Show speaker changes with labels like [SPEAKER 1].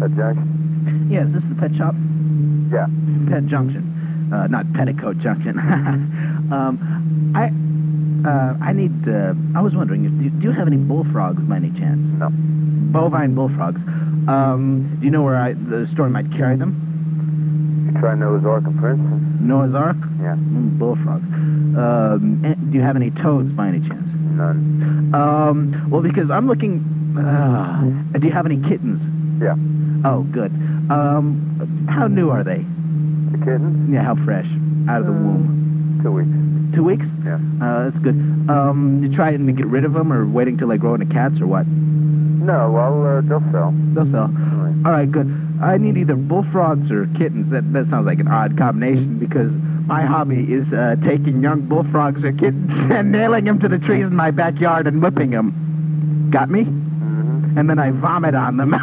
[SPEAKER 1] Pet Junction?
[SPEAKER 2] Yeah, is this the pet shop?
[SPEAKER 1] Yeah.
[SPEAKER 2] Pet Junction, uh, not Petticoat Junction. um, I uh, I need. Uh, I was wondering, if, do, you- do you have any bullfrogs by any chance?
[SPEAKER 1] No.
[SPEAKER 2] Bovine bullfrogs. Um, do you know where I, the store might carry them?
[SPEAKER 1] You try Noah's Ark in Princeton?
[SPEAKER 2] Noah's Ark.
[SPEAKER 1] Yeah.
[SPEAKER 2] Mm, bullfrogs. Um, and do you have any toads by any chance?
[SPEAKER 1] None.
[SPEAKER 2] Um, well, because I'm looking. Uh, do you have any kittens?
[SPEAKER 1] Yeah.
[SPEAKER 2] Oh, good. Um, how new are they?
[SPEAKER 1] The kittens?
[SPEAKER 2] Yeah, how fresh? Out of the
[SPEAKER 1] Uh,
[SPEAKER 2] womb.
[SPEAKER 1] Two weeks.
[SPEAKER 2] Two weeks?
[SPEAKER 1] Yeah.
[SPEAKER 2] Uh, that's good. Um, you trying to get rid of them or waiting till they grow into cats or what?
[SPEAKER 1] No, well, uh, they'll sell.
[SPEAKER 2] They'll sell.
[SPEAKER 1] Anyway.
[SPEAKER 2] All right, good. I need either bullfrogs or kittens. That, that sounds like an odd combination because my hobby is uh, taking young bullfrogs or kittens and nailing them to the trees in my backyard and whipping them. Got me?
[SPEAKER 1] Mm-hmm.
[SPEAKER 2] and then I vomit on them.